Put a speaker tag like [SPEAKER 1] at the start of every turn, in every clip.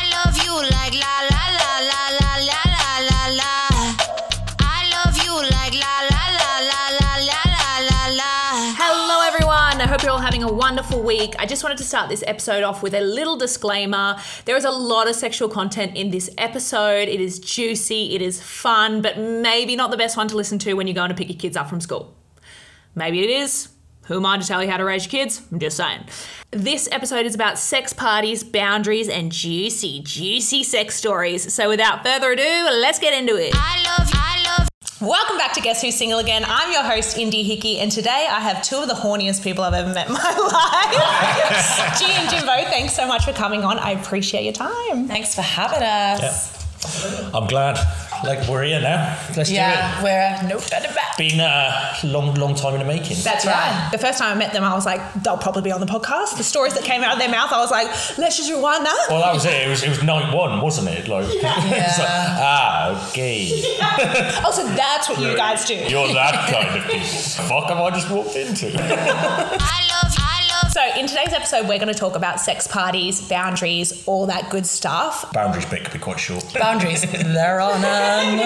[SPEAKER 1] you like la la la la la la la la la. I love you like la la la la la la la la la.
[SPEAKER 2] Hello, everyone. I hope you're all having a wonderful week. I just wanted to start this episode off with a little disclaimer. There is a lot of sexual content in this episode. It is juicy, it is fun, but maybe not the best one to listen to when you're going to pick your kids up from school. Maybe it is. Who am I to tell you how to raise your kids? I'm just saying. This episode is about sex parties, boundaries, and juicy, juicy sex stories. So without further ado, let's get into it.
[SPEAKER 1] I love, I love.
[SPEAKER 2] Welcome back to Guess Who's Single Again. I'm your host, Indy Hickey, and today I have two of the horniest people I've ever met in my life. G and Jimbo, thanks so much for coming on. I appreciate your time.
[SPEAKER 3] Thanks for having us.
[SPEAKER 4] I'm glad. Like we're here now. Let's
[SPEAKER 3] Yeah,
[SPEAKER 4] do it.
[SPEAKER 3] we're uh, no better back.
[SPEAKER 4] Been a long, long time in the making.
[SPEAKER 2] That's right. The first time I met them, I was like, they'll probably be on the podcast. The stories that came out of their mouth, I was like, let's just rewind that.
[SPEAKER 4] well, that was it. It was, it was night one, wasn't it? Like, it's like, ah, okay.
[SPEAKER 2] Also, Oh, that's what you guys do.
[SPEAKER 4] You're that kind of people. Fuck, have I just walked into?
[SPEAKER 1] I love, I love.
[SPEAKER 2] So, in today's episode, we're going to talk about sex parties, boundaries, all that good stuff.
[SPEAKER 4] Boundaries bit could be quite short.
[SPEAKER 3] Boundaries, they're on
[SPEAKER 2] Um,
[SPEAKER 3] them.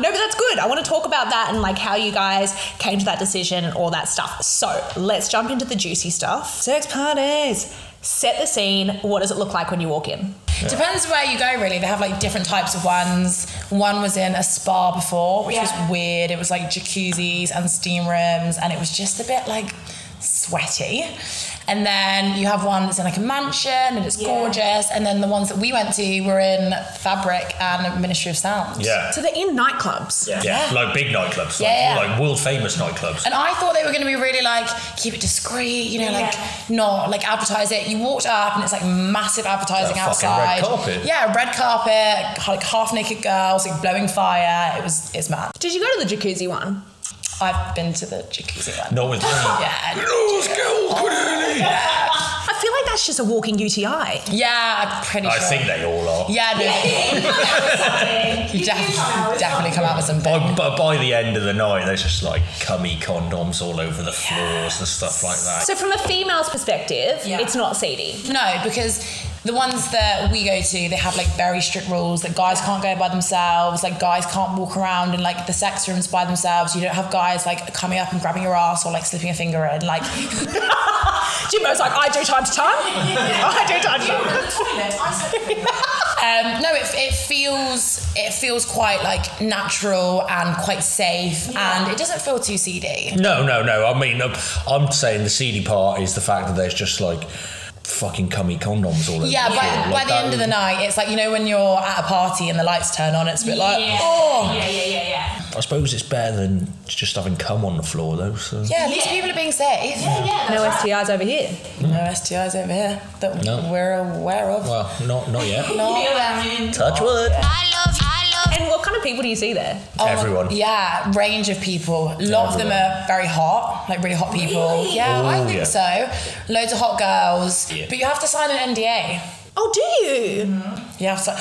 [SPEAKER 2] No, but that's good. I want to talk about that and like how you guys came to that decision and all that stuff. So let's jump into the juicy stuff. Sex parties. Set the scene. What does it look like when you walk in?
[SPEAKER 3] Depends where you go, really. They have like different types of ones. One was in a spa before, which was weird. It was like jacuzzis and steam rooms, and it was just a bit like sweaty. And then you have one that's in like a mansion and it's gorgeous. And then the ones that we went to were in Fabric and Ministry of Sound.
[SPEAKER 4] Yeah.
[SPEAKER 2] So they're in nightclubs.
[SPEAKER 4] yeah.
[SPEAKER 3] Yeah.
[SPEAKER 4] Like big nightclubs. Like,
[SPEAKER 3] Yeah, yeah.
[SPEAKER 4] like world famous nightclubs.
[SPEAKER 3] And I thought they were going to be really like keep it discreet, you know, like not like advertise it. You walked up and it's like massive advertising
[SPEAKER 4] That fucking
[SPEAKER 3] outside.
[SPEAKER 4] red carpet.
[SPEAKER 3] Yeah, red carpet, like half naked girls, like blowing fire. It was it's mad.
[SPEAKER 2] Did you go to the jacuzzi one?
[SPEAKER 3] I've been to the jacuzzi one.
[SPEAKER 4] Not with me.
[SPEAKER 3] Yeah.
[SPEAKER 4] Let's go, Quinny.
[SPEAKER 2] I feel like that's just a walking UTI.
[SPEAKER 3] Yeah, I'm pretty
[SPEAKER 4] I
[SPEAKER 3] sure.
[SPEAKER 4] think they all are.
[SPEAKER 3] Yeah, no. you def- definitely come out with some.
[SPEAKER 4] By, but by the end of the night, there's just like cummy condoms all over the floors and stuff like that.
[SPEAKER 2] So from a female's perspective,
[SPEAKER 3] Yeah.
[SPEAKER 2] it's not seedy.
[SPEAKER 3] No, because the ones that we go to, they have like very strict rules that guys can't go by themselves, like guys can't walk around in like the sex rooms by themselves. You don't have guys like coming up and grabbing your ass or like slipping a finger in. Like,
[SPEAKER 2] Jimbo's like, I do time to time. I do time to time.
[SPEAKER 3] um, no, it, it feels it feels quite like natural and quite safe, and it doesn't feel too seedy.
[SPEAKER 4] No, no, no. I mean, I'm, I'm saying the seedy part is the fact that there's just like fucking cummy condoms all over
[SPEAKER 3] Yeah,
[SPEAKER 4] the floor.
[SPEAKER 3] by,
[SPEAKER 4] Like, um,
[SPEAKER 3] by the
[SPEAKER 4] that-
[SPEAKER 3] end of the night, it's like you know when you're at a party and the lights turn on, it's a bit like, oh,
[SPEAKER 4] I suppose it's better than just having cum on the floor, though. So.
[SPEAKER 3] yeah, these people are being safe.
[SPEAKER 2] No STIs over here.
[SPEAKER 3] No STIs over here that
[SPEAKER 4] No.
[SPEAKER 3] we're aware of.
[SPEAKER 4] Well, not not yet.
[SPEAKER 3] No.
[SPEAKER 4] Touch wood.
[SPEAKER 1] I love, I love.
[SPEAKER 2] And what kind of people do you see there?
[SPEAKER 3] Oh,
[SPEAKER 4] Everyone.
[SPEAKER 3] Yeah, range of people. A lot of
[SPEAKER 4] everyone.
[SPEAKER 3] them are very hot, like really hot people. Yeah, I
[SPEAKER 4] Ooh,
[SPEAKER 3] think
[SPEAKER 4] yeah.
[SPEAKER 3] so. Loads of hot girls.
[SPEAKER 4] Yeah.
[SPEAKER 3] But you have to sign an NDA.
[SPEAKER 2] Oh, do you?
[SPEAKER 3] You have to.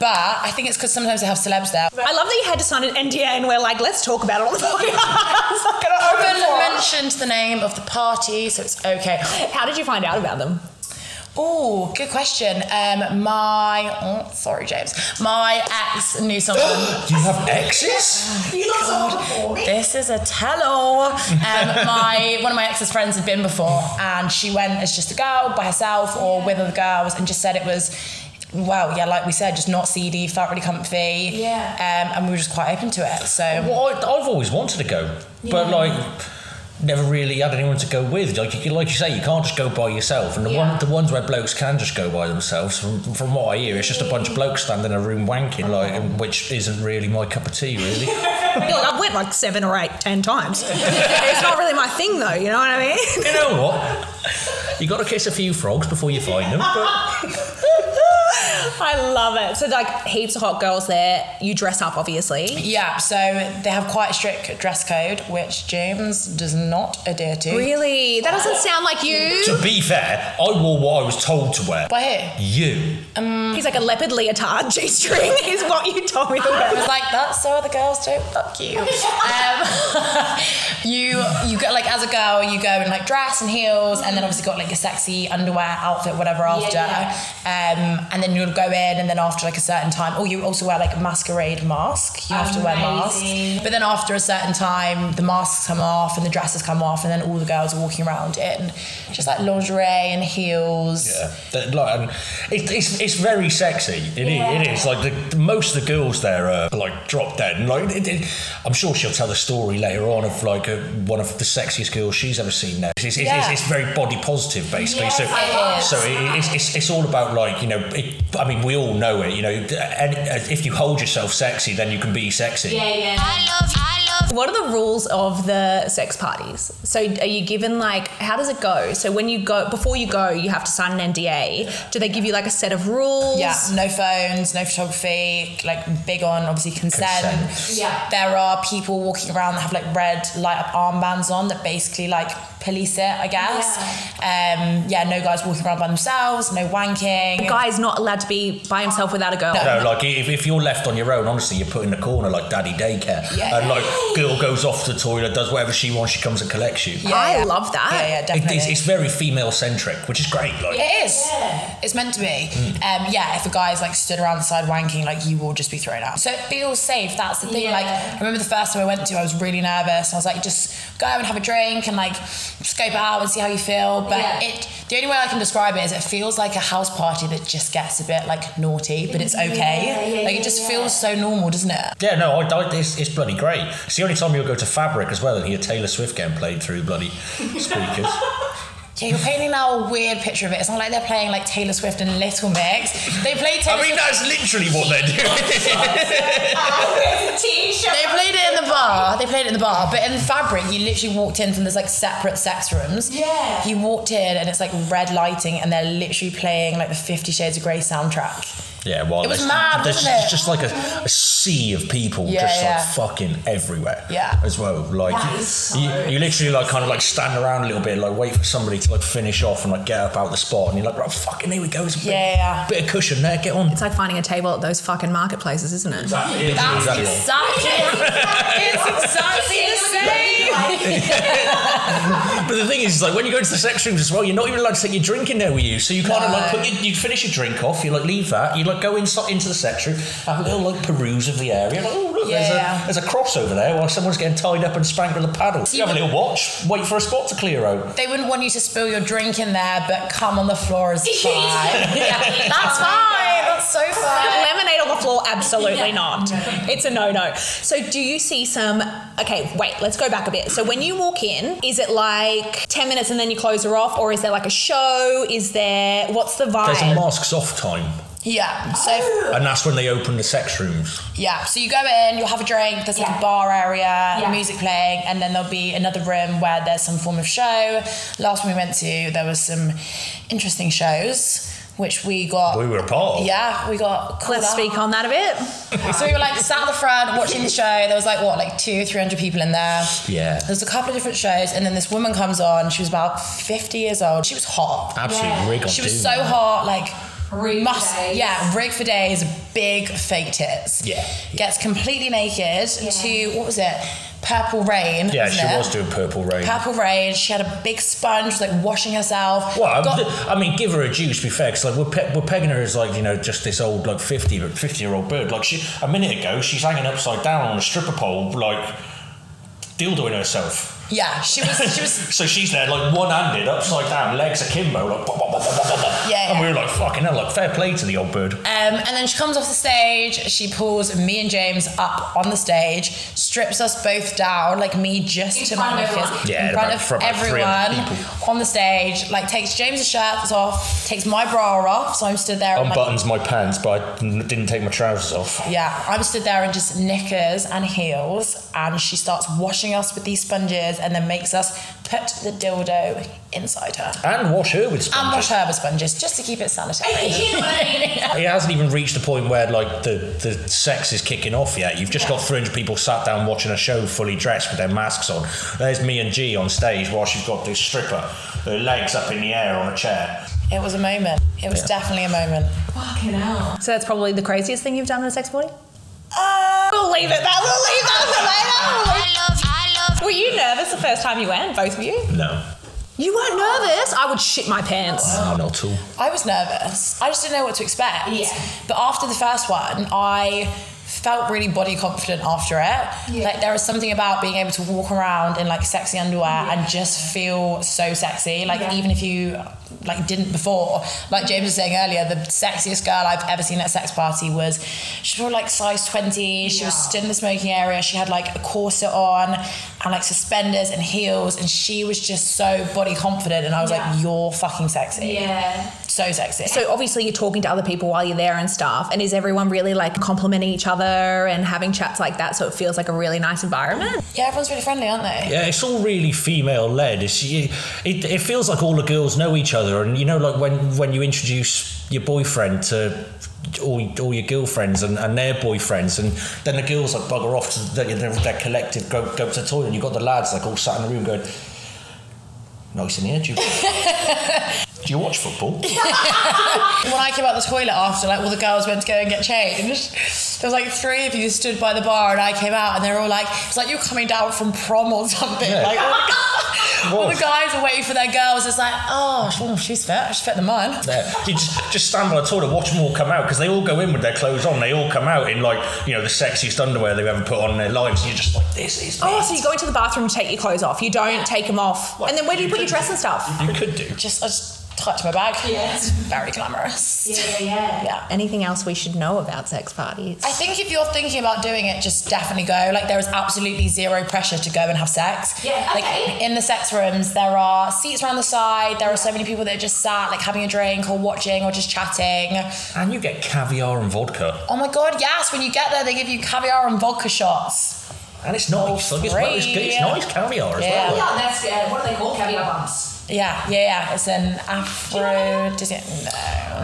[SPEAKER 3] But I think it's because sometimes they have celebs there.
[SPEAKER 2] I love that you had to sign an NDA and we're like, let's talk about it on the podcast. Not gonna open
[SPEAKER 3] Owen
[SPEAKER 2] forum.
[SPEAKER 3] mentioned the name of the party, so it's okay.
[SPEAKER 2] How did you find out about them?
[SPEAKER 3] Oh, good question. Um, my oh, sorry, James. My ex knew someone.
[SPEAKER 4] You have exes?
[SPEAKER 3] This is a tell-all. Um, my one of my ex's friends had been before, and she went as just a girl by herself or with other girls, and just said it was. Well, yeah, like we said, just not seedy, felt really comfy.
[SPEAKER 2] Yeah.
[SPEAKER 3] Um, and we were just quite open to it. So,
[SPEAKER 4] Well, I, I've always wanted to go, but like. Never really had anyone to go with. Like you, like you say, you can't just go by yourself. And the one, the ones where blokes can just go by themselves, from, from what I hear, it's just a bunch of blokes standing in a room wanking, like, and which isn't really my cup of tea, really.
[SPEAKER 2] Look, I've went like seven or eight, ten times. it's not really my thing though, you know what I mean?
[SPEAKER 4] You know what? You got to kiss a few frogs before you find them. But
[SPEAKER 2] I love it. So like heaps of hot girls there. You dress up obviously.
[SPEAKER 3] yeah, so they have quite a strict dress code, which James does not adhere to.
[SPEAKER 2] Really? That doesn't sound like you.
[SPEAKER 4] to be fair, I wore what I was told to wear.
[SPEAKER 3] By who?
[SPEAKER 4] You.
[SPEAKER 2] He's like a leopard leotard G string is what you told me to
[SPEAKER 3] I
[SPEAKER 2] wear.
[SPEAKER 3] was like, that's so other girls don't fuck you. Um, you you go like as a girl, you go in like dress and heels, and then obviously got like your sexy underwear outfit, whatever after. Um, and then you'll go in, and then after like a certain time, or you also wear like a masquerade mask. You have to wear masks.
[SPEAKER 2] Amazing.
[SPEAKER 3] But then after a certain time, the masks come off and the dresses come off, and then all the girls are walking around in just like lingerie and heels.
[SPEAKER 4] Yeah, that, like, and it, it's it's very sexy. It is. It is like the, most of the girls there are like drop dead. And, like, it, it- I'm sure she'll tell the story later on of like a, one of the sexiest girls she's ever seen. There, it's, it's,
[SPEAKER 3] Yeah.
[SPEAKER 4] it's, it's very body positive, basically. so
[SPEAKER 3] it is.
[SPEAKER 4] so it, it's, it's it's all about like you know. It, I mean, we all know it. You know, and if you hold yourself sexy, then you can be sexy.
[SPEAKER 2] Yeah, yeah.
[SPEAKER 1] I love, I love.
[SPEAKER 2] What are the rules of the sex parties? So are you given like how does it go? So when you go before you go, you have to sign an NDA. Do they give you like a set of rules?
[SPEAKER 3] Yeah, no phones, no photography, like big on obviously consent.
[SPEAKER 4] Consent.
[SPEAKER 2] Yeah.
[SPEAKER 3] There are people walking around that have like red light up armbands on that basically like police it, I guess. Um yeah, no guys walking around by themselves, no wanking.
[SPEAKER 2] A guy's not allowed to be by himself without a girl.
[SPEAKER 4] No, like if, if you're left on your own, honestly, you're put in the corner like daddy daycare.
[SPEAKER 3] Yeah.
[SPEAKER 4] And like girl goes off to the toilet, does whatever she wants, she comes and collects you.
[SPEAKER 3] Yeah,
[SPEAKER 2] I
[SPEAKER 3] yeah.
[SPEAKER 2] love that.
[SPEAKER 3] Yeah, yeah,
[SPEAKER 4] It
[SPEAKER 3] definitely.
[SPEAKER 4] is, it's very female centric, which is great. Like,
[SPEAKER 3] It is. It's meant to be. Um, yeah, if a guy's like stood around the side wanking, like you will just be thrown out. So it feels safe. That's the thing. Like I remember the first time I went to, I was really nervous. I was like, just go and have a drink and like scope it out and see how you feel. But it, the only way I can describe it is it feels like a house party that just gets a bit like naughty, but it's okay. like it just feels so normal, doesn't it?
[SPEAKER 4] yeah, no, I, I, it's, it's bloody great. It's the only time you'll go to Fabric as well and hear Taylor Swift getting played through bloody speakers.
[SPEAKER 3] Yeah, you're painting now a weird picture of it. It's not like they're playing like Taylor Swift and Little Mix. They play Taylor
[SPEAKER 4] I mean,
[SPEAKER 3] Swift.
[SPEAKER 4] that's literally what they're doing.
[SPEAKER 3] They played it in the bar. They played it in the bar, but in fabric, you literally walked in from this like separate sex rooms. Yeah. You walked in and it's like red lighting, and they're literally playing like the Fifty Shades of Grey soundtrack.
[SPEAKER 4] yeah, well,
[SPEAKER 3] It was
[SPEAKER 4] there's,
[SPEAKER 3] mad,
[SPEAKER 4] there's
[SPEAKER 3] wasn't it?
[SPEAKER 4] just like a, a sea of people
[SPEAKER 3] Yeah,
[SPEAKER 4] just
[SPEAKER 3] yeah.
[SPEAKER 4] like fucking everywhere.
[SPEAKER 3] Yeah.
[SPEAKER 4] As well. Like,
[SPEAKER 2] That
[SPEAKER 4] you,
[SPEAKER 2] is so
[SPEAKER 4] you, you literally like kind of like stand around a little bit, like wait for somebody to like finish off and like get up out the spot, and you're like, right, fucking, here we go. It's a bit,
[SPEAKER 3] Yeah, yeah.
[SPEAKER 4] bit of cushion there, get on.
[SPEAKER 2] It's like finding a table at those fucking marketplaces, isn't it?
[SPEAKER 3] That's exactly. it's exactly the same.
[SPEAKER 4] But the thing is, like when you go into the sex rooms as well, you're not even allowed to take your drink in there with you. So you kind of like
[SPEAKER 3] No.
[SPEAKER 4] put your, you finish your drink off, you like leave that, you like go inside into the sex room, have a little like peruse of the area. Like, oh look,
[SPEAKER 3] Yeah.
[SPEAKER 4] there's a there's a cross over there while someone's getting tied up and spanked with a paddle. You have a little watch, wait for a spot to clear out.
[SPEAKER 3] They wouldn't want you to spill your drink in there, but come on the floor is fine. yeah, that's fine. That's so fine.
[SPEAKER 2] Lemonade on the floor? Absolutely not. It's a no no. So, do you see some? Okay, wait, let's go back a bit. So, when you walk in, is it like 10 minutes and then you close her off, or is there like a show? Is there what's the vibe?
[SPEAKER 4] There's a masks off time,
[SPEAKER 3] Yeah. So.
[SPEAKER 4] and that's when they open the sex rooms.
[SPEAKER 3] Yeah, so you go in, you'll have a drink, there's like a bar area, music playing, and then there'll be another room where there's some form of show. Last one we went to, there was some interesting shows, which we got.
[SPEAKER 4] We were a part. of.
[SPEAKER 3] yeah, we got. called
[SPEAKER 2] Let's
[SPEAKER 3] up.
[SPEAKER 2] speak on that a bit.
[SPEAKER 3] So we were like sat at the front watching the show. There was like what, like two, three hundred people in there.
[SPEAKER 4] Yeah.
[SPEAKER 3] There's a couple of different shows, and then this woman comes on. She was about fifty years old. She was hot.
[SPEAKER 4] Absolute rig on
[SPEAKER 3] She was
[SPEAKER 4] doom.
[SPEAKER 3] so hot, like must, yeah, rig for days, big fake tits.
[SPEAKER 4] Yeah.
[SPEAKER 3] Gets completely naked to what was it? Purple rain.
[SPEAKER 4] Yeah,
[SPEAKER 3] wasn't
[SPEAKER 4] she
[SPEAKER 3] it?
[SPEAKER 4] was doing purple rain.
[SPEAKER 3] Purple rain. She had a big sponge, was, like washing herself.
[SPEAKER 4] Well,
[SPEAKER 3] Got-
[SPEAKER 4] I mean, give her a due to be fair, 'cause, like we're, pe- we're pegging her as like you know just this old like fifty but fifty year old bird. Like she a minute ago, she's hanging upside down on a stripper pole, like dildoing herself.
[SPEAKER 3] yeah, she was. She was.
[SPEAKER 4] So she's there like one handed, upside down, legs akimbo, like bop, bop, bop, bop, bop, bop.
[SPEAKER 3] Yeah,
[SPEAKER 4] And
[SPEAKER 3] yeah.
[SPEAKER 4] we were like, fucking hell, like fair play to the old bird.
[SPEAKER 3] Um, and then she comes off the stage. She pulls me and James up on the stage, strips us both down, like me just to my knickers,
[SPEAKER 4] Yeah,
[SPEAKER 3] in front
[SPEAKER 4] about-
[SPEAKER 3] of
[SPEAKER 4] for about 300
[SPEAKER 3] everyone
[SPEAKER 4] people.
[SPEAKER 3] on the stage. Like takes James' shirt off, takes my bra off, so I'm stood there. in Oh my-
[SPEAKER 4] Unbuttons my pants, but I n- didn't take my trousers off.
[SPEAKER 3] yeah, I'm stood there in just knickers and heels, and she starts washing us with these sponges, and then makes us put the dildo inside her
[SPEAKER 4] And wash her with
[SPEAKER 3] and wash
[SPEAKER 4] sponges.
[SPEAKER 3] her with sponges just to keep it sanitary.
[SPEAKER 4] It hasn't even reached the point where like the, the sex is kicking off yet. You've just got 300 people sat down watching a show fully dressed with their masks on. There's me and G on stage while she's got this stripper, her legs up in the air on a chair.
[SPEAKER 3] it was a moment. It was definitely a moment.
[SPEAKER 2] So, that's probably the craziest thing you've done in a sex party?
[SPEAKER 3] Uh,
[SPEAKER 2] We'll leave it there. We'll leave that for later.
[SPEAKER 1] I love, I love.
[SPEAKER 2] Were you nervous the first time you went, both of you?
[SPEAKER 4] No.
[SPEAKER 2] You weren't nervous? I would shit my pants.
[SPEAKER 4] No, not at all.
[SPEAKER 3] I was nervous. I just didn't know what to expect.
[SPEAKER 2] Yeah.
[SPEAKER 3] But after the first one, I felt really body confident after it.
[SPEAKER 2] Yeah.
[SPEAKER 3] Like there was something about being able to walk around in like sexy underwear and just feel so sexy. Like
[SPEAKER 2] Yeah.
[SPEAKER 3] even if you like didn't before. Like James was saying earlier, the sexiest girl I've ever seen at a sex party was she was like size 20. She was
[SPEAKER 2] Yeah.
[SPEAKER 3] stood in the smoking area. She had like a corset on and like suspenders and heels and she was just so body confident and I was
[SPEAKER 2] Yeah.
[SPEAKER 3] like, You're fucking sexy.
[SPEAKER 2] Yeah.
[SPEAKER 3] So sexy.
[SPEAKER 2] So obviously you're talking to other people while you're there and stuff. And is everyone really like complimenting each other and having chats like that? So it feels like a really nice environment.
[SPEAKER 3] Yeah, everyone's really friendly, aren't they?
[SPEAKER 4] Yeah, it's all really female led. It's you, it, it feels like all the girls know each other, and you know, like when when you introduce your boyfriend to all, all your girlfriends and, and their boyfriends, and then the girls like bugger off to their, their, their collective go go to the toilet, and you've got the lads like all sat in the room going, "Nice in here, do you, do you watch football?"
[SPEAKER 3] When I came out the toilet after, like all the girls went to go and get changed. There was like three of you stood by the bar, and I came out, and they were all like, "It's like you're coming down from prom or something."
[SPEAKER 4] Yeah.
[SPEAKER 3] Like all the, all
[SPEAKER 4] Was.
[SPEAKER 3] the guys are waiting for their girls. It's like, oh, well, she's fit. She's fit than mine.
[SPEAKER 4] There. You just, just stand by the toilet, watch them all come out because they all go in with their clothes on. They all come out in like you know the sexiest underwear they've ever put on in their lives. And you're just like, this is.
[SPEAKER 2] Oh, so you go into the bathroom to take your clothes off. You don't take them off. And then where do you put your dress and stuff?
[SPEAKER 4] You could do.
[SPEAKER 3] Just, I just touched my bag. Yeah. It's very glamorous.
[SPEAKER 2] Yeah, yeah. Anything else we should know about sex parties?
[SPEAKER 3] I think if you're thinking about doing it, just definitely go. Like there is absolutely zero pressure to go and have sex.
[SPEAKER 2] Yeah,
[SPEAKER 3] Like
[SPEAKER 2] okay.
[SPEAKER 3] in the sex rooms, there are seats around the side. There are so many people that are just sat, like having a drink or watching or just chatting.
[SPEAKER 4] And you get caviar and vodka.
[SPEAKER 3] Oh my god, yes! When you get there, they give you caviar and vodka shots.
[SPEAKER 4] And it's nice. Like, it's, well, it's, good. it's
[SPEAKER 3] free.
[SPEAKER 4] nice caviar as
[SPEAKER 3] Yeah.
[SPEAKER 4] well. like.
[SPEAKER 2] that's uh, what are they called? Caviar bumps.
[SPEAKER 3] Yeah, yeah, yeah. It's an Afro. Does it? No.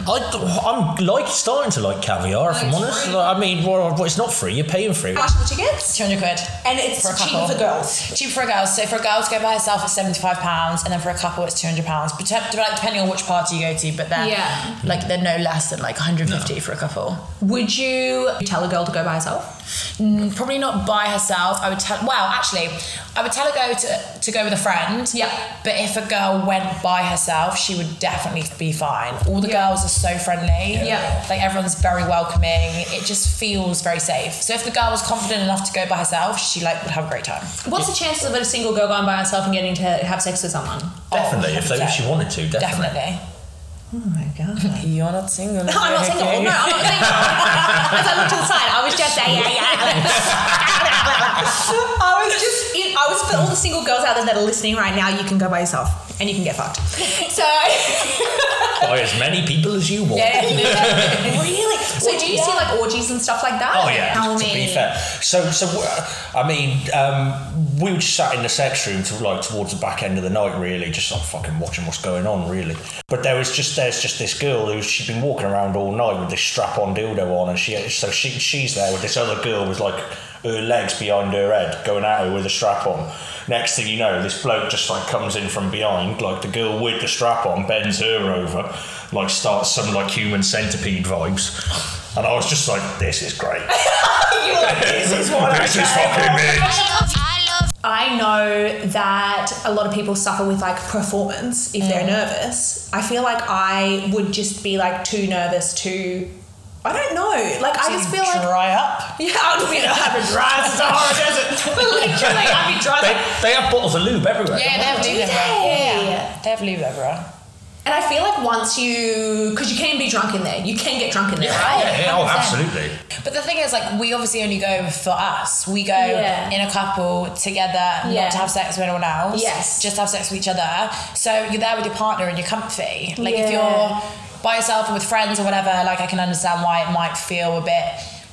[SPEAKER 4] I, am like starting to like caviar, if I'm
[SPEAKER 2] it's
[SPEAKER 4] honest.
[SPEAKER 2] free.
[SPEAKER 4] Like, I mean, well, well, it's not free. You're paying for it.
[SPEAKER 2] How much are the tickets?
[SPEAKER 3] Two hundred quid.
[SPEAKER 2] And it's
[SPEAKER 3] For a
[SPEAKER 2] cheap
[SPEAKER 3] couple.
[SPEAKER 2] for girls.
[SPEAKER 3] Cheap for a girl. So for a girl to go by herself, it's seventy five pounds, and then for a couple, it's two hundred pounds. But like depending on which party you go to, but then
[SPEAKER 2] Yeah.
[SPEAKER 3] like they're no less than like one hundred fifty for a couple.
[SPEAKER 2] Would you tell a girl to go by herself?
[SPEAKER 3] Mm, probably not by herself. I would tell. Well, actually, I would tell her go to to go with a friend.
[SPEAKER 2] Yeah.
[SPEAKER 3] But if a girl went by herself, she would definitely be fine. All the girls are so friendly.
[SPEAKER 2] Yeah.
[SPEAKER 3] Like everyone's very welcoming. It just feels very safe. So if the girl was confident enough to go by herself, she like would have a great time.
[SPEAKER 2] What's the chances of a single girl going by herself and getting to have sex with someone?
[SPEAKER 4] Definitely, if, they, if she wanted to, definitely.
[SPEAKER 3] Definitely.
[SPEAKER 2] Oh my god.
[SPEAKER 3] You're not single.
[SPEAKER 2] No, I'm not single. No, I'm not single. As I looked to the side, I was just yeah, yeah, yeah. I was just, I was for all the single girls out there that are listening right now. You can go by yourself and you can get fucked. So,
[SPEAKER 4] By as many people as you want.
[SPEAKER 2] really. So, do you see like orgies and stuff like that?
[SPEAKER 4] Oh yeah,
[SPEAKER 2] Tell
[SPEAKER 4] to be
[SPEAKER 2] me.
[SPEAKER 4] fair. So, so uh, I mean, um, we were just sat in the sex room to like towards the back end of the night, really, just like fucking watching what's going on, really. But there was just there's just this girl who she'd been walking around all night with this strap on dildo on, and she so she she's there with this other girl with like her legs behind her head going at her with a strap on. Next thing you know, this bloke just like comes in from behind, like the girl with the strap on bends her over, like starts some like human centipede vibes. And I was just like, this is great. this is what This is fucking me.
[SPEAKER 1] I love
[SPEAKER 2] I know that a lot of people suffer with like performance if they're
[SPEAKER 4] Mm.
[SPEAKER 2] nervous. I feel like I would just be like too nervous to. I don't know. Like I just feel like
[SPEAKER 3] dry up.
[SPEAKER 2] Yeah, I would be in a habit dry as Sahara Desert. Literally, I'd be dry. as-
[SPEAKER 4] They, they have bottles of lube everywhere.
[SPEAKER 3] Yeah, they have
[SPEAKER 2] Do
[SPEAKER 3] lube everywhere.
[SPEAKER 2] they?
[SPEAKER 3] Yeah, yeah. They have lube everywhere.
[SPEAKER 2] and I feel like once you, because you can be drunk in there, you can get drunk in there, right?
[SPEAKER 4] yeah, yeah, oh, absolutely.
[SPEAKER 3] But the thing is, like, we obviously only go for us. We go
[SPEAKER 2] Yeah.
[SPEAKER 3] in a couple together,
[SPEAKER 2] Yeah.
[SPEAKER 3] not to have sex with anyone else.
[SPEAKER 2] Yes.
[SPEAKER 3] Just to have sex with each other. So you're there with your partner and you're comfy. Like, if
[SPEAKER 2] Yeah.
[SPEAKER 3] you're by yourself or with friends or whatever, like, I can understand why it might feel a bit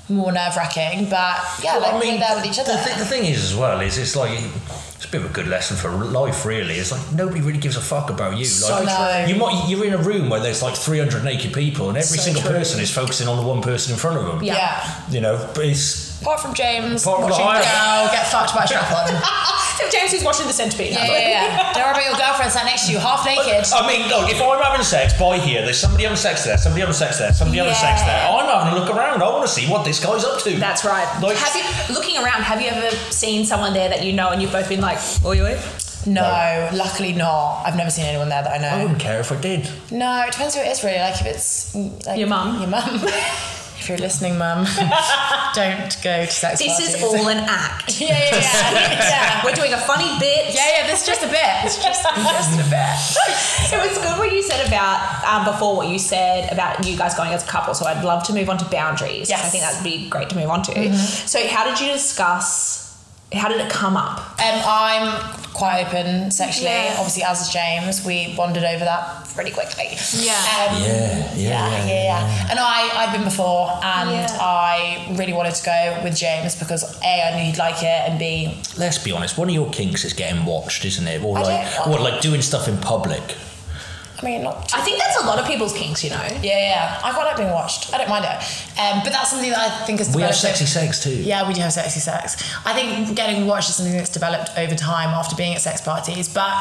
[SPEAKER 3] more nerve wracking. But yeah, like, we're there with each other.
[SPEAKER 4] The, thi- the thing is, as well, is it's like it's a bit of a good lesson for life, really. It's like nobody really gives a fuck about you.
[SPEAKER 3] So
[SPEAKER 4] Like
[SPEAKER 3] true.
[SPEAKER 4] you might you're in a room where there's like 300 naked people, and every
[SPEAKER 3] So
[SPEAKER 4] single
[SPEAKER 3] true.
[SPEAKER 4] person is focusing on the one person in front of them.
[SPEAKER 2] Yeah.
[SPEAKER 3] yeah.
[SPEAKER 4] You know, but it's
[SPEAKER 3] Apart from James,
[SPEAKER 4] Apart from
[SPEAKER 3] watching
[SPEAKER 4] the Irish.
[SPEAKER 3] the girl get fucked by a strap on.
[SPEAKER 2] So James is watching the centipede.
[SPEAKER 3] yeah, yeah, yeah. Don't worry about your girlfriend sat next to you, half naked.
[SPEAKER 4] I mean, look, if I'm having sex by here, there's somebody having sex there, somebody having sex there, somebody having sex
[SPEAKER 2] Yeah.
[SPEAKER 4] there. I'm having a look around. I want to see what this guy's up to.
[SPEAKER 2] That's right.
[SPEAKER 4] Like-
[SPEAKER 2] have you looking around? Have you ever seen someone there that you know and you've both been like, "Oi, oi"?
[SPEAKER 3] No, luckily not. I've never seen anyone there that I
[SPEAKER 4] I
[SPEAKER 3] know.
[SPEAKER 4] wouldn't care if I did.
[SPEAKER 3] No, it depends who it is, really. Like if it's mm, like,
[SPEAKER 2] Your mum.
[SPEAKER 3] Your mum. if you're listening, mum, don't go to sex
[SPEAKER 2] This
[SPEAKER 3] parties.
[SPEAKER 2] is all an act.
[SPEAKER 3] Yeah, yeah, yeah, yeah.
[SPEAKER 2] We're doing a funny bit.
[SPEAKER 3] Yeah, yeah, this is just a bit. It's just, just a bit.
[SPEAKER 2] It was good what you said about um, before what you said about you guys going as a couple. So I'd love to move on to boundaries.
[SPEAKER 3] Yes.
[SPEAKER 2] I think that'd be great to move on to. So how did you discuss? How did it come up?
[SPEAKER 3] Um, I'm quite open sexually,
[SPEAKER 2] Yeah.
[SPEAKER 3] obviously, as is James. We bonded over that pretty quickly.
[SPEAKER 2] Yeah.
[SPEAKER 3] Um,
[SPEAKER 4] Yeah, yeah,
[SPEAKER 3] yeah, yeah, yeah. And I, I'd been before, and
[SPEAKER 2] Yeah.
[SPEAKER 3] I really wanted to go with James because A, I knew he'd like it, and B,
[SPEAKER 4] Let's be honest. One of your kinks is getting watched, isn't it? Or
[SPEAKER 3] I
[SPEAKER 4] like,
[SPEAKER 3] don't-
[SPEAKER 4] or like doing stuff in public.
[SPEAKER 3] I mean, not
[SPEAKER 2] I think that's a lot of people's kinks, you know.
[SPEAKER 3] Yeah, yeah. I quite like being watched. I don't mind it. Um, but that's something that I think is
[SPEAKER 4] We have
[SPEAKER 3] developed.
[SPEAKER 4] sexy sex too.
[SPEAKER 3] Yeah, we do have sexy sex. I think getting watched is something that's developed over time after being at sex parties. But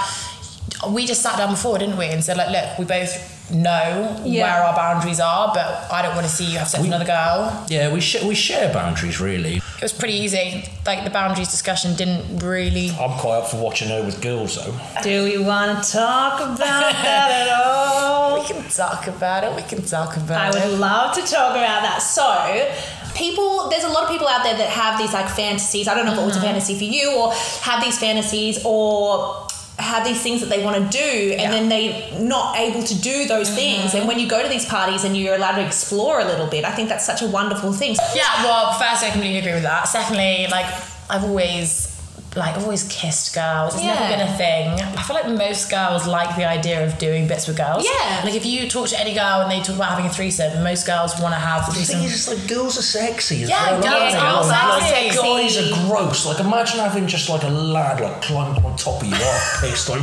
[SPEAKER 3] we just sat down before, didn't we, and said like, look, we both know
[SPEAKER 2] Yeah.
[SPEAKER 3] where our boundaries are, but I don't want to see you have sex with another girl.
[SPEAKER 4] Yeah, we sh- we share boundaries really.
[SPEAKER 3] It was pretty easy. Like the boundaries discussion didn't really.
[SPEAKER 4] I'm quite up for watching her with girls though.
[SPEAKER 2] Do we want to talk about that at all?
[SPEAKER 3] We can talk about it. We can talk
[SPEAKER 2] I
[SPEAKER 3] about
[SPEAKER 2] would
[SPEAKER 3] it.
[SPEAKER 2] love to talk about that. So, people, there's a lot of people out there that have these like fantasies. I don't know if it was a fantasy for you, or have these fantasies, or have these things that they want to do, and
[SPEAKER 3] Yeah.
[SPEAKER 2] then they not able to do those things. And when you go to these parties and you're allowed to explore a little bit, I think that's such a wonderful thing.
[SPEAKER 3] Yeah. Well, first, I completely agree with that. Secondly, like I've always. Like I've always kissed girls. It's
[SPEAKER 2] Yeah.
[SPEAKER 3] never been a thing. I feel like most girls like the idea of doing bits with girls.
[SPEAKER 2] Yeah.
[SPEAKER 3] Like if you talk to any girl and they talk about having a threesome, most girls want to have a
[SPEAKER 4] The thing
[SPEAKER 3] threesome.
[SPEAKER 4] is, it's like girls are sexy. as
[SPEAKER 3] Yeah,
[SPEAKER 4] well,
[SPEAKER 3] girls
[SPEAKER 4] aren't they?
[SPEAKER 3] are
[SPEAKER 4] Like,
[SPEAKER 3] sexy.
[SPEAKER 4] Guys are gross. Like imagine having just like a lad like climb on top of you, half pissed, like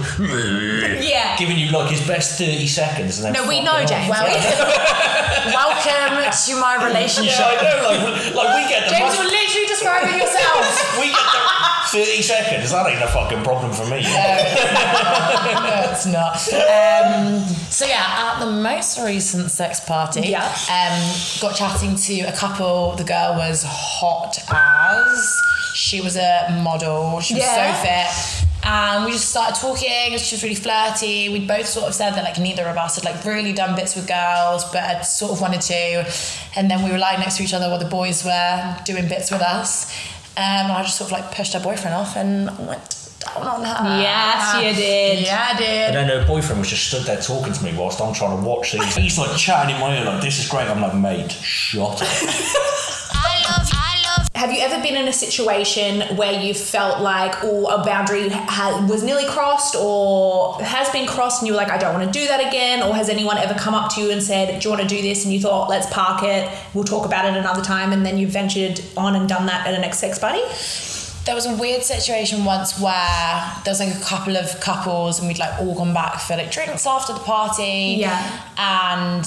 [SPEAKER 2] Yeah.
[SPEAKER 4] giving you like his best thirty seconds. And then
[SPEAKER 2] No, we
[SPEAKER 4] fucking
[SPEAKER 2] know,
[SPEAKER 4] off.
[SPEAKER 2] James.
[SPEAKER 3] Well, welcome to my
[SPEAKER 4] Yeah,
[SPEAKER 3] relationship.
[SPEAKER 4] I know. Like, like we get the
[SPEAKER 3] James,
[SPEAKER 4] most-
[SPEAKER 3] you're literally describing yourself.
[SPEAKER 4] we get the thirty seconds. That ain't a fucking problem for me.
[SPEAKER 3] no, it's not. Um, so yeah, at the most recent sex party,
[SPEAKER 2] Yeah.
[SPEAKER 3] um, got chatting to a couple. The girl was hot as she was a model. She was
[SPEAKER 2] Yeah.
[SPEAKER 3] so fit. And we just started talking. She was really flirty. We both sort of said that like neither of us had like really done bits with girls, but had sort of wanted to. And then we were lying next to each other while the boys were doing bits with us. Um, and I just sort of like pushed her boyfriend off and went down on her.
[SPEAKER 2] Yes, you did.
[SPEAKER 3] Yeah, I
[SPEAKER 4] And
[SPEAKER 3] did.
[SPEAKER 4] then her boyfriend was just stood there talking to me whilst I'm trying to watch these. He's like chatting in my ear, like, this is great. I'm like, mate, shut up.
[SPEAKER 1] I love, I love,
[SPEAKER 2] Have you ever been in a situation where you felt like, oh, a boundary ha- was nearly crossed or has been crossed and you were like, I don't want to do that again? Or has anyone ever come up to you and said, do you want to do this? And you thought, let's park it, we'll talk about it another time. And then you ventured on and done that at an ex sex buddy?
[SPEAKER 3] There was a weird situation once where there was like a couple of couples and we'd like all gone back for like drinks after the party.
[SPEAKER 2] Yeah.
[SPEAKER 3] And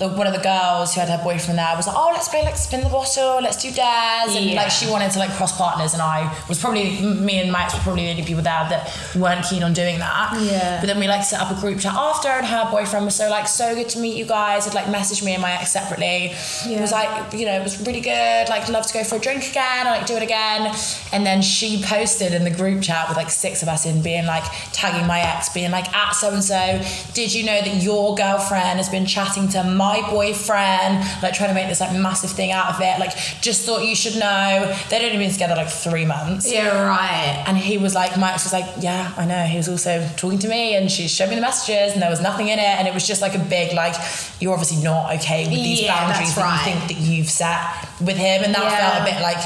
[SPEAKER 3] like one of the girls who had her boyfriend there was like, oh, let's play like spin the bottle, let's do dares. And
[SPEAKER 2] Yeah.
[SPEAKER 3] like she wanted to like cross partners and I was probably, m- me and Max were probably the only people there that weren't keen on doing that.
[SPEAKER 2] Yeah.
[SPEAKER 3] But then we like set up a group chat after and her boyfriend was so like, so good to meet you guys. Had like messaged me and my ex separately. It
[SPEAKER 2] Yeah.
[SPEAKER 3] was like, you know, it was really good. Like, love to go for a drink again. I like do it again. And then she posted in the group chat with like six of us in, being like tagging my ex, being like at so and so. Did you know that your girlfriend has been chatting to my boyfriend? Like trying to make this like massive thing out of it. Like, just thought you should know. They'd only been together like three months.
[SPEAKER 2] Yeah, right.
[SPEAKER 3] And he was like, Max was like, yeah, I know. He was also talking to me, and she showed me the messages, and there was nothing in it, and it was just like a big like, you're obviously not okay with these
[SPEAKER 2] Yeah, that's
[SPEAKER 3] boundaries that
[SPEAKER 2] right.
[SPEAKER 3] you think that you've set with him, and that
[SPEAKER 2] Yeah.
[SPEAKER 3] felt a bit like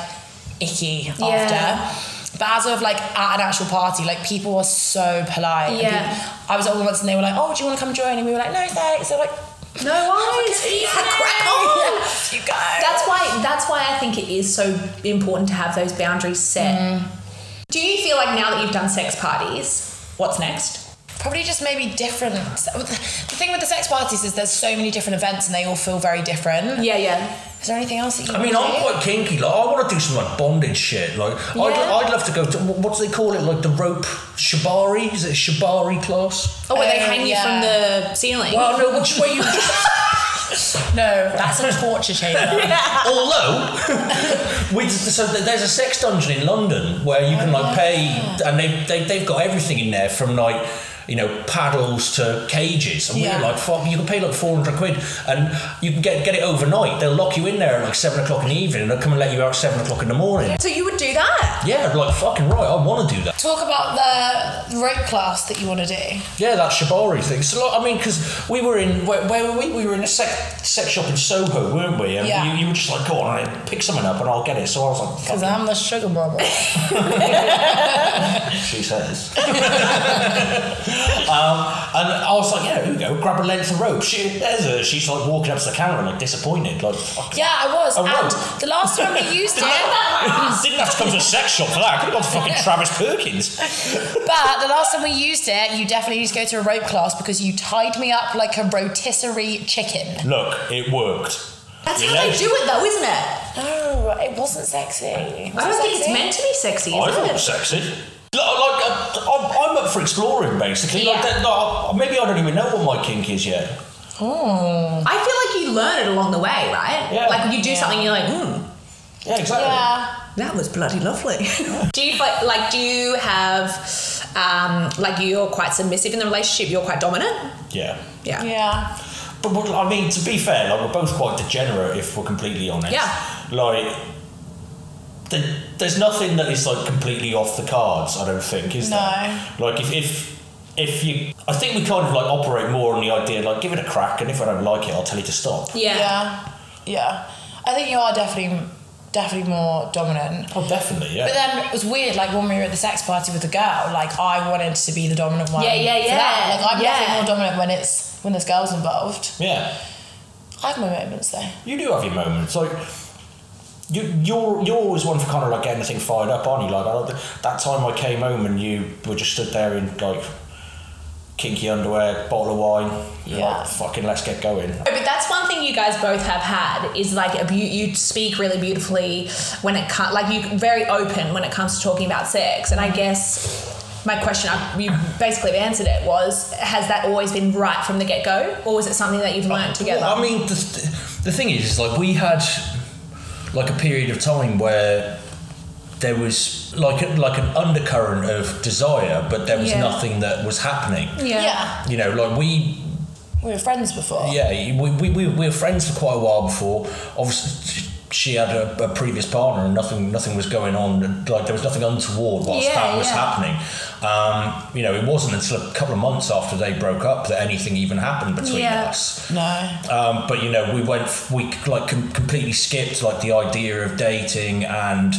[SPEAKER 3] icky
[SPEAKER 2] Yeah.
[SPEAKER 3] after. But as of like at an actual party, like people were so polite. and
[SPEAKER 2] Yeah.
[SPEAKER 3] people- I was at one once, and they were like, oh, do you want to come join? And we were like, no, thanks. They're like,
[SPEAKER 2] No worries.
[SPEAKER 3] yeah,
[SPEAKER 2] Crack on.
[SPEAKER 3] you go.
[SPEAKER 2] That's why. That's why I think it is so important to have those boundaries set. Do you feel like now that you've done sex parties, what's next?
[SPEAKER 3] probably just maybe different. The thing with the sex parties is there's so many different events and they all feel very different.
[SPEAKER 2] Yeah, yeah.
[SPEAKER 3] Is there anything else that you?
[SPEAKER 4] I mean,
[SPEAKER 3] wanna
[SPEAKER 4] I'm
[SPEAKER 3] do?
[SPEAKER 4] quite kinky. Like, I want to do some like bondage shit. Like,
[SPEAKER 2] Yeah.
[SPEAKER 4] I'd, I'd love to go to what- what do they call it? Like the rope shibari? Is it a shibari class?
[SPEAKER 2] Oh, where they
[SPEAKER 3] Oh,
[SPEAKER 2] hang you
[SPEAKER 3] yeah.
[SPEAKER 2] from the ceiling.
[SPEAKER 4] Well, no, which way you?
[SPEAKER 3] No, that's a torture chamber.
[SPEAKER 4] Although, we, so there's a sex dungeon in London where you can like
[SPEAKER 3] Oh,
[SPEAKER 4] pay, and they've, they, they've got everything in there from like, you know, paddles to cages. And
[SPEAKER 3] Yeah.
[SPEAKER 4] we were like, fuck, you can pay like 400 quid and you can get, get it overnight. They'll lock you in there at like 7 o'clock in the evening and they'll come and let you out at 7 o'clock in the morning.
[SPEAKER 2] So you would do that?
[SPEAKER 4] Yeah, like fucking right, I want to do that.
[SPEAKER 3] Talk about the rope class that you want to do.
[SPEAKER 4] Yeah, that Shibari thing. So, like, I mean, because we were in, where, where were we? We were in a sex, sex shop in Soho, weren't we? And
[SPEAKER 3] Yeah.
[SPEAKER 4] you, you were just like, go on, I pick something up and I'll get it. So I was like,
[SPEAKER 3] Because
[SPEAKER 4] fucking-
[SPEAKER 3] I'm the sugar mama.
[SPEAKER 4] she says. um, and I was like, yeah, here we go, grab a length of rope. She, there's her. She's like walking up to the camera, like disappointed, like. fuck.
[SPEAKER 3] Yeah, I was.
[SPEAKER 4] A
[SPEAKER 3] and
[SPEAKER 4] rope.
[SPEAKER 3] the last time we used it,
[SPEAKER 4] Didn't have to come to a sex shop for that. Could have gone to fucking Travis Perkins.
[SPEAKER 3] but the last time we used it, you definitely need to go to a rope class because you tied me up like a rotisserie chicken.
[SPEAKER 4] Look, it worked.
[SPEAKER 2] That's
[SPEAKER 4] You
[SPEAKER 2] how they
[SPEAKER 4] know.
[SPEAKER 2] do it though, isn't it? I
[SPEAKER 3] No, it wasn't sexy. I
[SPEAKER 2] don't think it's meant to be sexy,
[SPEAKER 4] I
[SPEAKER 2] is
[SPEAKER 4] thought it
[SPEAKER 2] it?
[SPEAKER 4] was sexy. Like, like, uh, I'm, I'm up for exploring, basically. Like,
[SPEAKER 2] Yeah.
[SPEAKER 4] that- like, maybe I don't even know what my kink is yet.
[SPEAKER 2] I feel like you learn it along the way, right?
[SPEAKER 4] Yeah.
[SPEAKER 2] Like when you do
[SPEAKER 3] Yeah.
[SPEAKER 2] something, you're like, hmm,
[SPEAKER 4] Yeah, exactly.
[SPEAKER 3] Yeah.
[SPEAKER 2] that was bloody lovely. do you fi- like? Do you have um, like you're quite submissive in the relationship? You're quite dominant.
[SPEAKER 4] Yeah.
[SPEAKER 2] Yeah.
[SPEAKER 3] Yeah.
[SPEAKER 4] But what, I mean, to be fair, like we're both quite degenerate if we're completely honest.
[SPEAKER 2] Yeah.
[SPEAKER 4] Like, the, there's nothing that is like completely off the cards. I don't think is
[SPEAKER 3] No.
[SPEAKER 4] there. Like if if if you, I think we kind of like operate more on the idea like give it a crack, and if I don't like it, I'll tell you to stop.
[SPEAKER 2] Yeah.
[SPEAKER 3] Yeah. Yeah. I think you are definitely, definitely more dominant.
[SPEAKER 4] Oh, definitely, yeah.
[SPEAKER 3] But then it was weird, like when we were at the sex party with the girl, like I wanted to be the dominant one.
[SPEAKER 2] Yeah, yeah,
[SPEAKER 3] for
[SPEAKER 2] yeah,
[SPEAKER 3] that. Like I'm
[SPEAKER 2] yeah.
[SPEAKER 3] definitely more dominant when it's when there's girls involved.
[SPEAKER 4] yeah.
[SPEAKER 3] I have my moments though.
[SPEAKER 4] You do have your moments. Like you, you're you're always one for kind of like getting the thing fired up, aren't you? Like I, like, that time I came home and you were just stood there in like kinky underwear, bottle of wine. You're
[SPEAKER 3] Yeah.
[SPEAKER 4] like, fucking let's get going.
[SPEAKER 2] But that's one thing you guys both have had is like a beau- you speak really beautifully when it comes like you very open when it comes to talking about sex. And I guess my question, I- you basically answered it, was has that always been right from the get go, or was it something that you've learned together?
[SPEAKER 4] Well, I mean, the, the thing is, is like we had like a period of time where there was like a, like an undercurrent of desire, but there was
[SPEAKER 2] Yeah.
[SPEAKER 4] nothing that was happening.
[SPEAKER 2] yeah.
[SPEAKER 4] You know, like we
[SPEAKER 3] We were friends before.
[SPEAKER 4] Yeah, we, we, we we were friends for quite a while before. Obviously, she had a, a previous partner, and nothing nothing was going on. Like there was nothing untoward whilst
[SPEAKER 2] Yeah,
[SPEAKER 4] that was
[SPEAKER 2] yeah.
[SPEAKER 4] happening. Um, you know, it wasn't until a couple of months after they broke up that anything even happened between
[SPEAKER 2] Yeah.
[SPEAKER 4] us.
[SPEAKER 3] No.
[SPEAKER 4] Um, but you know, we went f- we like com- completely skipped like the idea of dating and.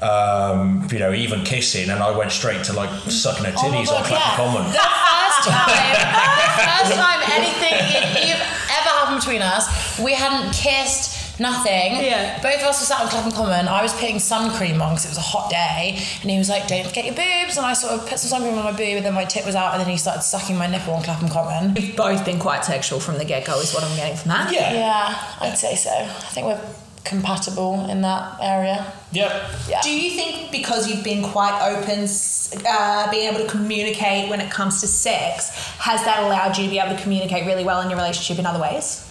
[SPEAKER 4] Um, you know, even kissing, and I went straight to like sucking her
[SPEAKER 3] Oh my
[SPEAKER 4] titties
[SPEAKER 3] God,
[SPEAKER 4] on Clapham
[SPEAKER 3] yeah.
[SPEAKER 4] Common.
[SPEAKER 3] The first time, the first time anything e- e- ever happened between us, we hadn't kissed, nothing.
[SPEAKER 2] Yeah.
[SPEAKER 3] Both of us were sat on Clapham Common. I was putting sun cream on because it was a hot day, and he was like, "Don't forget your boobs." And I sort of put some sun cream on my boob, and then my tit was out, and then he started sucking my nipple on Clapham Common.
[SPEAKER 2] You've both been quite sexual from the get go, is what I'm getting from that.
[SPEAKER 4] Yeah,
[SPEAKER 3] Yeah, I'd say so. I think we're compatible in that area.
[SPEAKER 4] yeah.
[SPEAKER 3] Yeah.
[SPEAKER 2] Do you think because you've been quite open, s- uh, being able to communicate when it comes to sex, has that allowed you to be able to communicate really well in your relationship in other ways?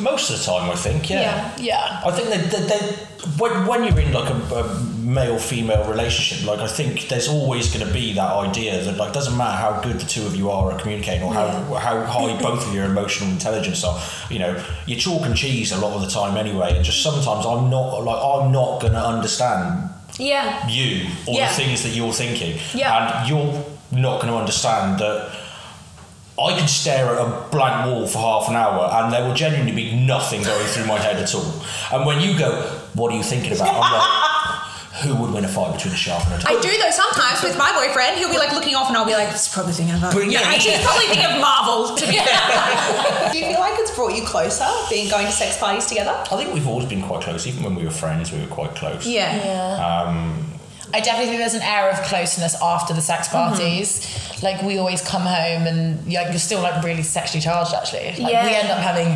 [SPEAKER 4] Most of the time, I think.
[SPEAKER 2] Yeah.
[SPEAKER 3] yeah.
[SPEAKER 4] I think that, that, that when, when you're in like a, a male female relationship, like I think there's always going to be that idea that like doesn't matter how good the two of you are at communicating or how how high both of your emotional intelligence are. You know, you're chalk and cheese a lot of the time anyway, and just sometimes I'm not like I'm not going to understand
[SPEAKER 2] Yeah.
[SPEAKER 4] you or
[SPEAKER 2] Yeah.
[SPEAKER 4] the things that you're thinking,
[SPEAKER 2] Yeah.
[SPEAKER 4] and you're not going to understand that. I could stare at a blank wall for half an hour and there will genuinely be nothing going through my head at all. And when you go, What are you thinking about? I'm like, Who would win a fight between a shark and a
[SPEAKER 2] I
[SPEAKER 4] turtle?
[SPEAKER 2] do though sometimes with my boyfriend. He'll be like looking off, and I'll be like, "It's probably thinking about."
[SPEAKER 4] But yeah,
[SPEAKER 2] actually,
[SPEAKER 4] yeah.
[SPEAKER 2] he's probably thinking of Marvel. To be
[SPEAKER 5] Do you feel like it's brought you closer, being going to sex parties together?
[SPEAKER 4] I think we've always been quite close. Even when we were friends, we were quite close.
[SPEAKER 2] yeah.
[SPEAKER 3] Yeah. I definitely think there's an air of closeness after the sex
[SPEAKER 2] Mm-hmm.
[SPEAKER 3] parties. Like we always come home and you're, you're still like really sexually charged. Actually, like,
[SPEAKER 2] Yeah.
[SPEAKER 3] we end up having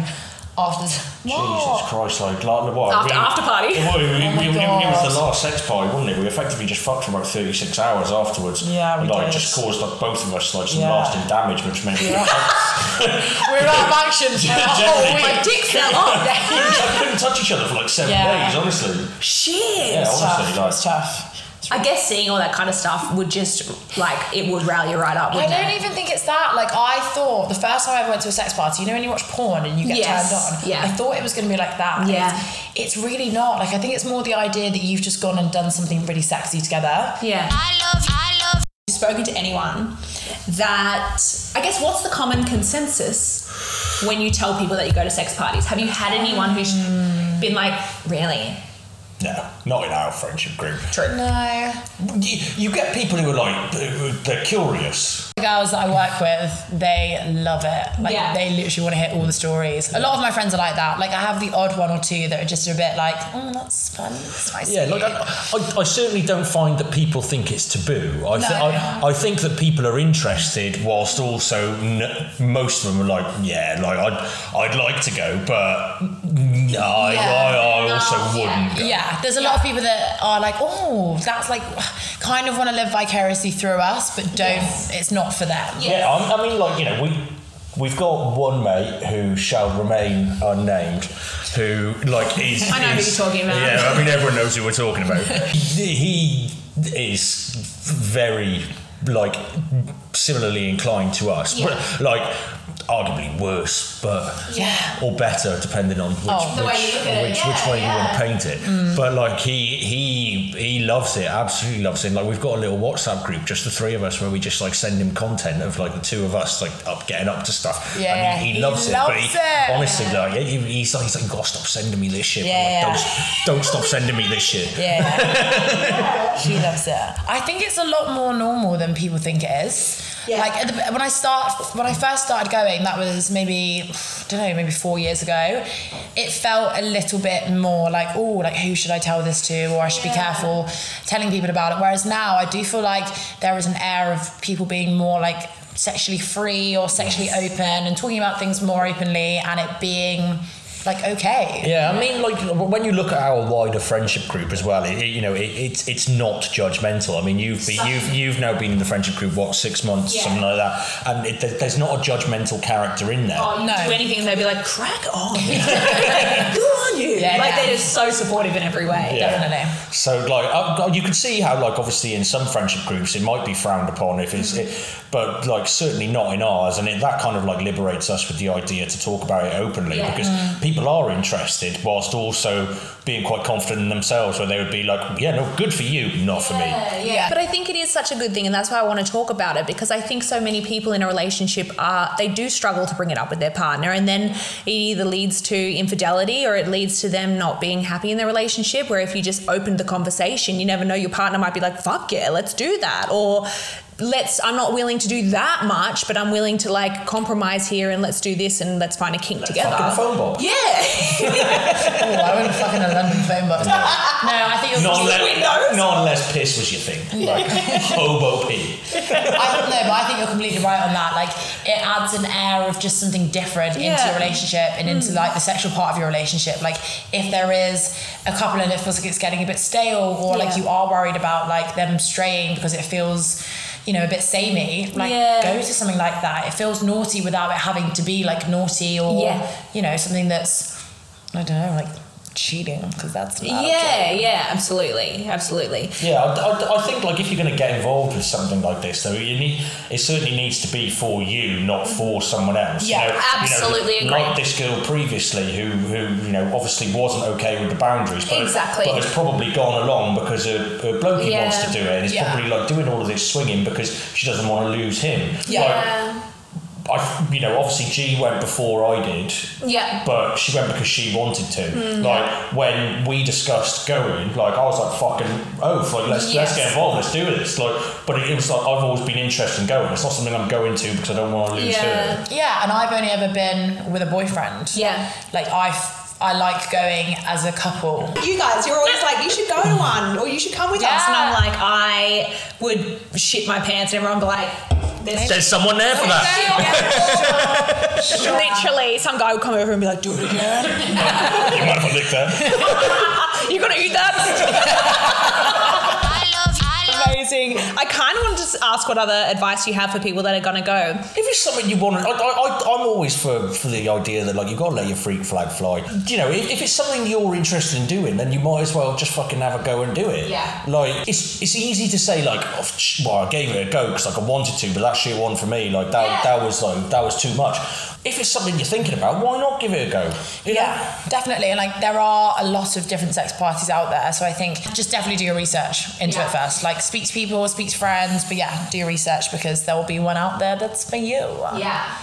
[SPEAKER 3] after.
[SPEAKER 4] Jesus Christ, like, like what?
[SPEAKER 2] After-
[SPEAKER 4] we-
[SPEAKER 2] after party.
[SPEAKER 4] It, was- it-
[SPEAKER 3] Oh my
[SPEAKER 4] it- it- it was the
[SPEAKER 3] God.
[SPEAKER 4] last sex party, wasn't it? We effectively just fucked for about 36 hours afterwards.
[SPEAKER 3] Yeah, we
[SPEAKER 4] and, like,
[SPEAKER 3] did.
[SPEAKER 4] just caused like, both of us like some
[SPEAKER 3] Yeah.
[SPEAKER 4] lasting damage, which meant we
[SPEAKER 3] We're out of action for a whole
[SPEAKER 4] Generally.
[SPEAKER 2] My
[SPEAKER 3] week.
[SPEAKER 2] dick fell off.
[SPEAKER 4] I couldn't touch each other for like seven
[SPEAKER 3] Yeah.
[SPEAKER 4] days, honestly.
[SPEAKER 2] Shit.
[SPEAKER 4] Yeah,
[SPEAKER 3] It's
[SPEAKER 4] honestly,
[SPEAKER 3] tough.
[SPEAKER 4] like,
[SPEAKER 3] It's tough.
[SPEAKER 2] I guess seeing all that kind of stuff would just like it would rile you right up.
[SPEAKER 3] I
[SPEAKER 2] Wouldn't
[SPEAKER 3] don't
[SPEAKER 2] it?
[SPEAKER 3] even think it's that. Like I thought the first time I ever went to a sex party, you know when you watch porn and you get
[SPEAKER 2] Yes.
[SPEAKER 3] turned on.
[SPEAKER 2] Yeah.
[SPEAKER 3] I thought it was going to be like that. and
[SPEAKER 2] Yeah.
[SPEAKER 3] It's, it's really not. Like I think it's more the idea that you've just gone and done something really sexy together.
[SPEAKER 2] Yeah.
[SPEAKER 1] I love, I love.
[SPEAKER 2] Spoken to anyone that I guess what's the common consensus when you tell people that you go to sex parties? Have you had anyone who's been like, really?
[SPEAKER 4] no, not in our friendship group.
[SPEAKER 2] True.
[SPEAKER 3] No.
[SPEAKER 4] You, you get people who are like, who- they're curious.
[SPEAKER 3] The girls that I work with, they love it. Like
[SPEAKER 2] Yeah.
[SPEAKER 3] they literally want to hear all the stories. A lot of my friends are like that. Like I have the odd one or two that are just a bit like, mm, that's fun, that's spicy.
[SPEAKER 4] Yeah, like I, I, I certainly don't find that people think it's taboo. I, th-
[SPEAKER 3] No.
[SPEAKER 4] I, I think that people are interested, whilst also n- most of them are like, yeah, like I'd, I'd like to go, but no, I, I, I also
[SPEAKER 2] No, yeah.
[SPEAKER 4] wouldn't. go.
[SPEAKER 3] Yeah, there's a lot of people that are like, oh, that's like, kind of want to live vicariously through us, but don't. It's not for them.
[SPEAKER 4] Yeah, I'm, I mean, like you know, we we've got one mate who shall remain unnamed, who like is.
[SPEAKER 2] I know who
[SPEAKER 4] is-
[SPEAKER 2] you're talking about.
[SPEAKER 4] Yeah, I mean, everyone knows who we're talking about. he is very like similarly inclined to us, but like arguably worse, but
[SPEAKER 3] Yeah.
[SPEAKER 4] or better depending on which
[SPEAKER 3] Oh. The
[SPEAKER 4] which,
[SPEAKER 2] way you look at it,
[SPEAKER 4] which,
[SPEAKER 2] yeah,
[SPEAKER 4] which way
[SPEAKER 2] yeah.
[SPEAKER 4] you want to paint it. But like he he he loves it, absolutely loves it. Like we've got a little WhatsApp group, just the three of us, where we just like send him content of like the two of us like up getting up to stuff.
[SPEAKER 3] Yeah,
[SPEAKER 4] and he, he,
[SPEAKER 3] he
[SPEAKER 4] loves, it. But
[SPEAKER 3] loves
[SPEAKER 4] he,
[SPEAKER 3] it.
[SPEAKER 4] honestly, like he, he's like he's like, you gotta stop sending me this shit. I'm
[SPEAKER 3] Yeah,
[SPEAKER 4] like,
[SPEAKER 3] yeah.
[SPEAKER 4] Don't, don't stop sending me this shit.
[SPEAKER 3] Yeah. she loves it. I think it's a lot more normal than people think it is.
[SPEAKER 5] Yeah.
[SPEAKER 3] Like at the, when I start, when I first started going, that was maybe I don't know, maybe four years ago. It felt a little bit more like, oh, like who should I tell this to, or I should be careful telling people about it. Whereas now, I do feel like there is an air of people being more like sexually free or sexually open and talking about things more openly, and it being like okay.
[SPEAKER 4] Yeah, I mean, like when you look at our wider friendship group as well, it, it- you know, it, it's it's not judgmental. I mean, you've been, you've you've now been in the friendship group what six months,
[SPEAKER 2] Yeah.
[SPEAKER 4] something like that, and it, there- there's not a judgmental character in there.
[SPEAKER 2] Oh, you
[SPEAKER 3] No.
[SPEAKER 2] do anything and they'd be like, crack on. Good on you.
[SPEAKER 3] Yeah,
[SPEAKER 2] like
[SPEAKER 3] yeah.
[SPEAKER 2] they're just so supportive in every way.
[SPEAKER 4] Yeah.
[SPEAKER 3] Definitely.
[SPEAKER 4] So like I, you can see how like obviously in some friendship groups it might be frowned upon if it's it,
[SPEAKER 2] Mm-hmm.
[SPEAKER 4] but like certainly not in ours and it, that kind of like liberates us with the idea to talk about it openly
[SPEAKER 2] Yeah. Mm.
[SPEAKER 4] because people are interested whilst also being quite confident in themselves where they would be like yeah no good for you not for me
[SPEAKER 3] Yeah.
[SPEAKER 2] But I think it is such a good thing, and that's why I want to talk about it because I think so many people in a relationship are they do struggle to bring it up with their partner, and then it either leads to infidelity or it leads to them not being happy in their relationship. Where if you just opened the conversation, you never know your partner might be like, "Fuck yeah, let's do that," or let's i'm not willing to do that much but i'm willing to like compromise here and let's do this and let's find a kink together
[SPEAKER 4] fucking phone box.
[SPEAKER 2] yeah
[SPEAKER 3] Oh, I wouldn't fucking a London phone box. No, I think you're.
[SPEAKER 4] Not
[SPEAKER 3] I,
[SPEAKER 4] unless, not unless piss was your thing. Like, hobo pee.
[SPEAKER 3] no, but I think you're completely right on that. Like, it adds an air of just something different into
[SPEAKER 2] Yeah. Mm.
[SPEAKER 3] your relationship and into like the sexual part of your relationship. Like, if there is a couple and it feels like it's getting a bit stale, or like
[SPEAKER 2] Yeah.
[SPEAKER 3] you are worried about like them straying because it feels, you know, a bit samey. Like,
[SPEAKER 2] Yeah.
[SPEAKER 3] go to something like that. It feels naughty without it having to be like naughty or
[SPEAKER 2] Yeah.
[SPEAKER 3] you know something that's, I don't know, like cheating because that's not
[SPEAKER 2] yeah yeah absolutely absolutely
[SPEAKER 4] Yeah, I, I, I think like if you're going to get involved with something like this, though, you need it certainly needs to be for you, not for someone else.
[SPEAKER 3] Yeah,
[SPEAKER 4] you know,
[SPEAKER 2] absolutely
[SPEAKER 4] You know,
[SPEAKER 2] agree.
[SPEAKER 4] Like this girl previously, who who you know obviously wasn't okay with the boundaries, but
[SPEAKER 2] Exactly.
[SPEAKER 4] but has probably gone along because her, her blokey
[SPEAKER 2] Yeah.
[SPEAKER 4] wants to do it, and is
[SPEAKER 3] Yeah.
[SPEAKER 4] probably like doing all of this swinging because she doesn't want to lose him. Like, I, you know, obviously G went before I did.
[SPEAKER 2] Yeah.
[SPEAKER 4] But she went because she wanted to.
[SPEAKER 2] Hmm.
[SPEAKER 4] Like when we discussed going, like I was like, "Fucking oh, like let's let's
[SPEAKER 2] Yes.
[SPEAKER 4] get involved, let's do this." Like, but it, was like I've always been interested in going. It's not something I'm going to because I don't want to lose
[SPEAKER 2] Yeah.
[SPEAKER 4] her.
[SPEAKER 3] Yeah, and I've only ever been with a boyfriend.
[SPEAKER 2] Yeah.
[SPEAKER 3] Like I, f- I like going as a couple.
[SPEAKER 5] You guys, you're always like, you should go to one or you should come with
[SPEAKER 3] Yeah.
[SPEAKER 5] us.
[SPEAKER 2] and I'm like, I would shit my pants, and everyone be like,
[SPEAKER 5] There's
[SPEAKER 4] There's someone there for that.
[SPEAKER 2] Literally, some guy would come over and be like, "Do it again.
[SPEAKER 4] You might have licked that.
[SPEAKER 2] You're gonna eat that."
[SPEAKER 1] I love, I love.
[SPEAKER 2] Amazing. I kind of wanted to s- ask what other advice you have for people that are gonna go.
[SPEAKER 4] If it's something you want, I, I, I, I'm always for, for the idea that like you got to let your freak flag fly. You know, if, if it's something you're interested in doing, then you might as well just fucking have a go and do it.
[SPEAKER 5] Yeah.
[SPEAKER 4] Like it's it's easy to say like, oh, sh- well, I gave it a go because like I wanted to, but that shit one for me. Like that
[SPEAKER 5] Yeah.
[SPEAKER 4] that was like that was too much. If it's something you're thinking about, why not give it a go? You know?
[SPEAKER 3] Yeah, definitely. And like there are a lot of different sex parties out there. So I think just definitely do your research into
[SPEAKER 5] Yeah.
[SPEAKER 3] it first. Like speak to people, speak to friends, but yeah, do your research because there will be one out there that's for you.
[SPEAKER 5] yeah.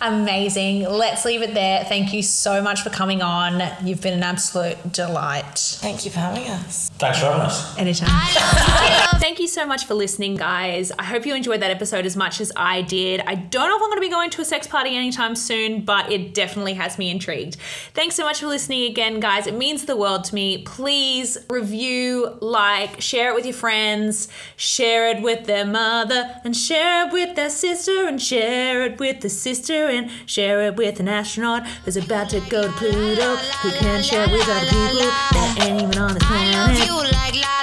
[SPEAKER 2] Amazing. Let's leave it there. Thank you so much for coming on. You've been an absolute delight.
[SPEAKER 3] Thank you for having us.
[SPEAKER 4] Thanks for having us.
[SPEAKER 2] Anytime. Thank you so much for listening, guys. I hope you enjoyed that episode as much as I did. I don't know if I'm going to be going to a sex party anytime soon, but it definitely has me intrigued. Thanks so much for listening again, guys. It means the world to me. Please review, like, share it with your friends, share it with their mother, and share it with their sister, and share it with the sister, and share it with an astronaut who's about to go to Pluto, who can't share with other people that ain't even on the
[SPEAKER 1] I love
[SPEAKER 2] planet.
[SPEAKER 1] you like la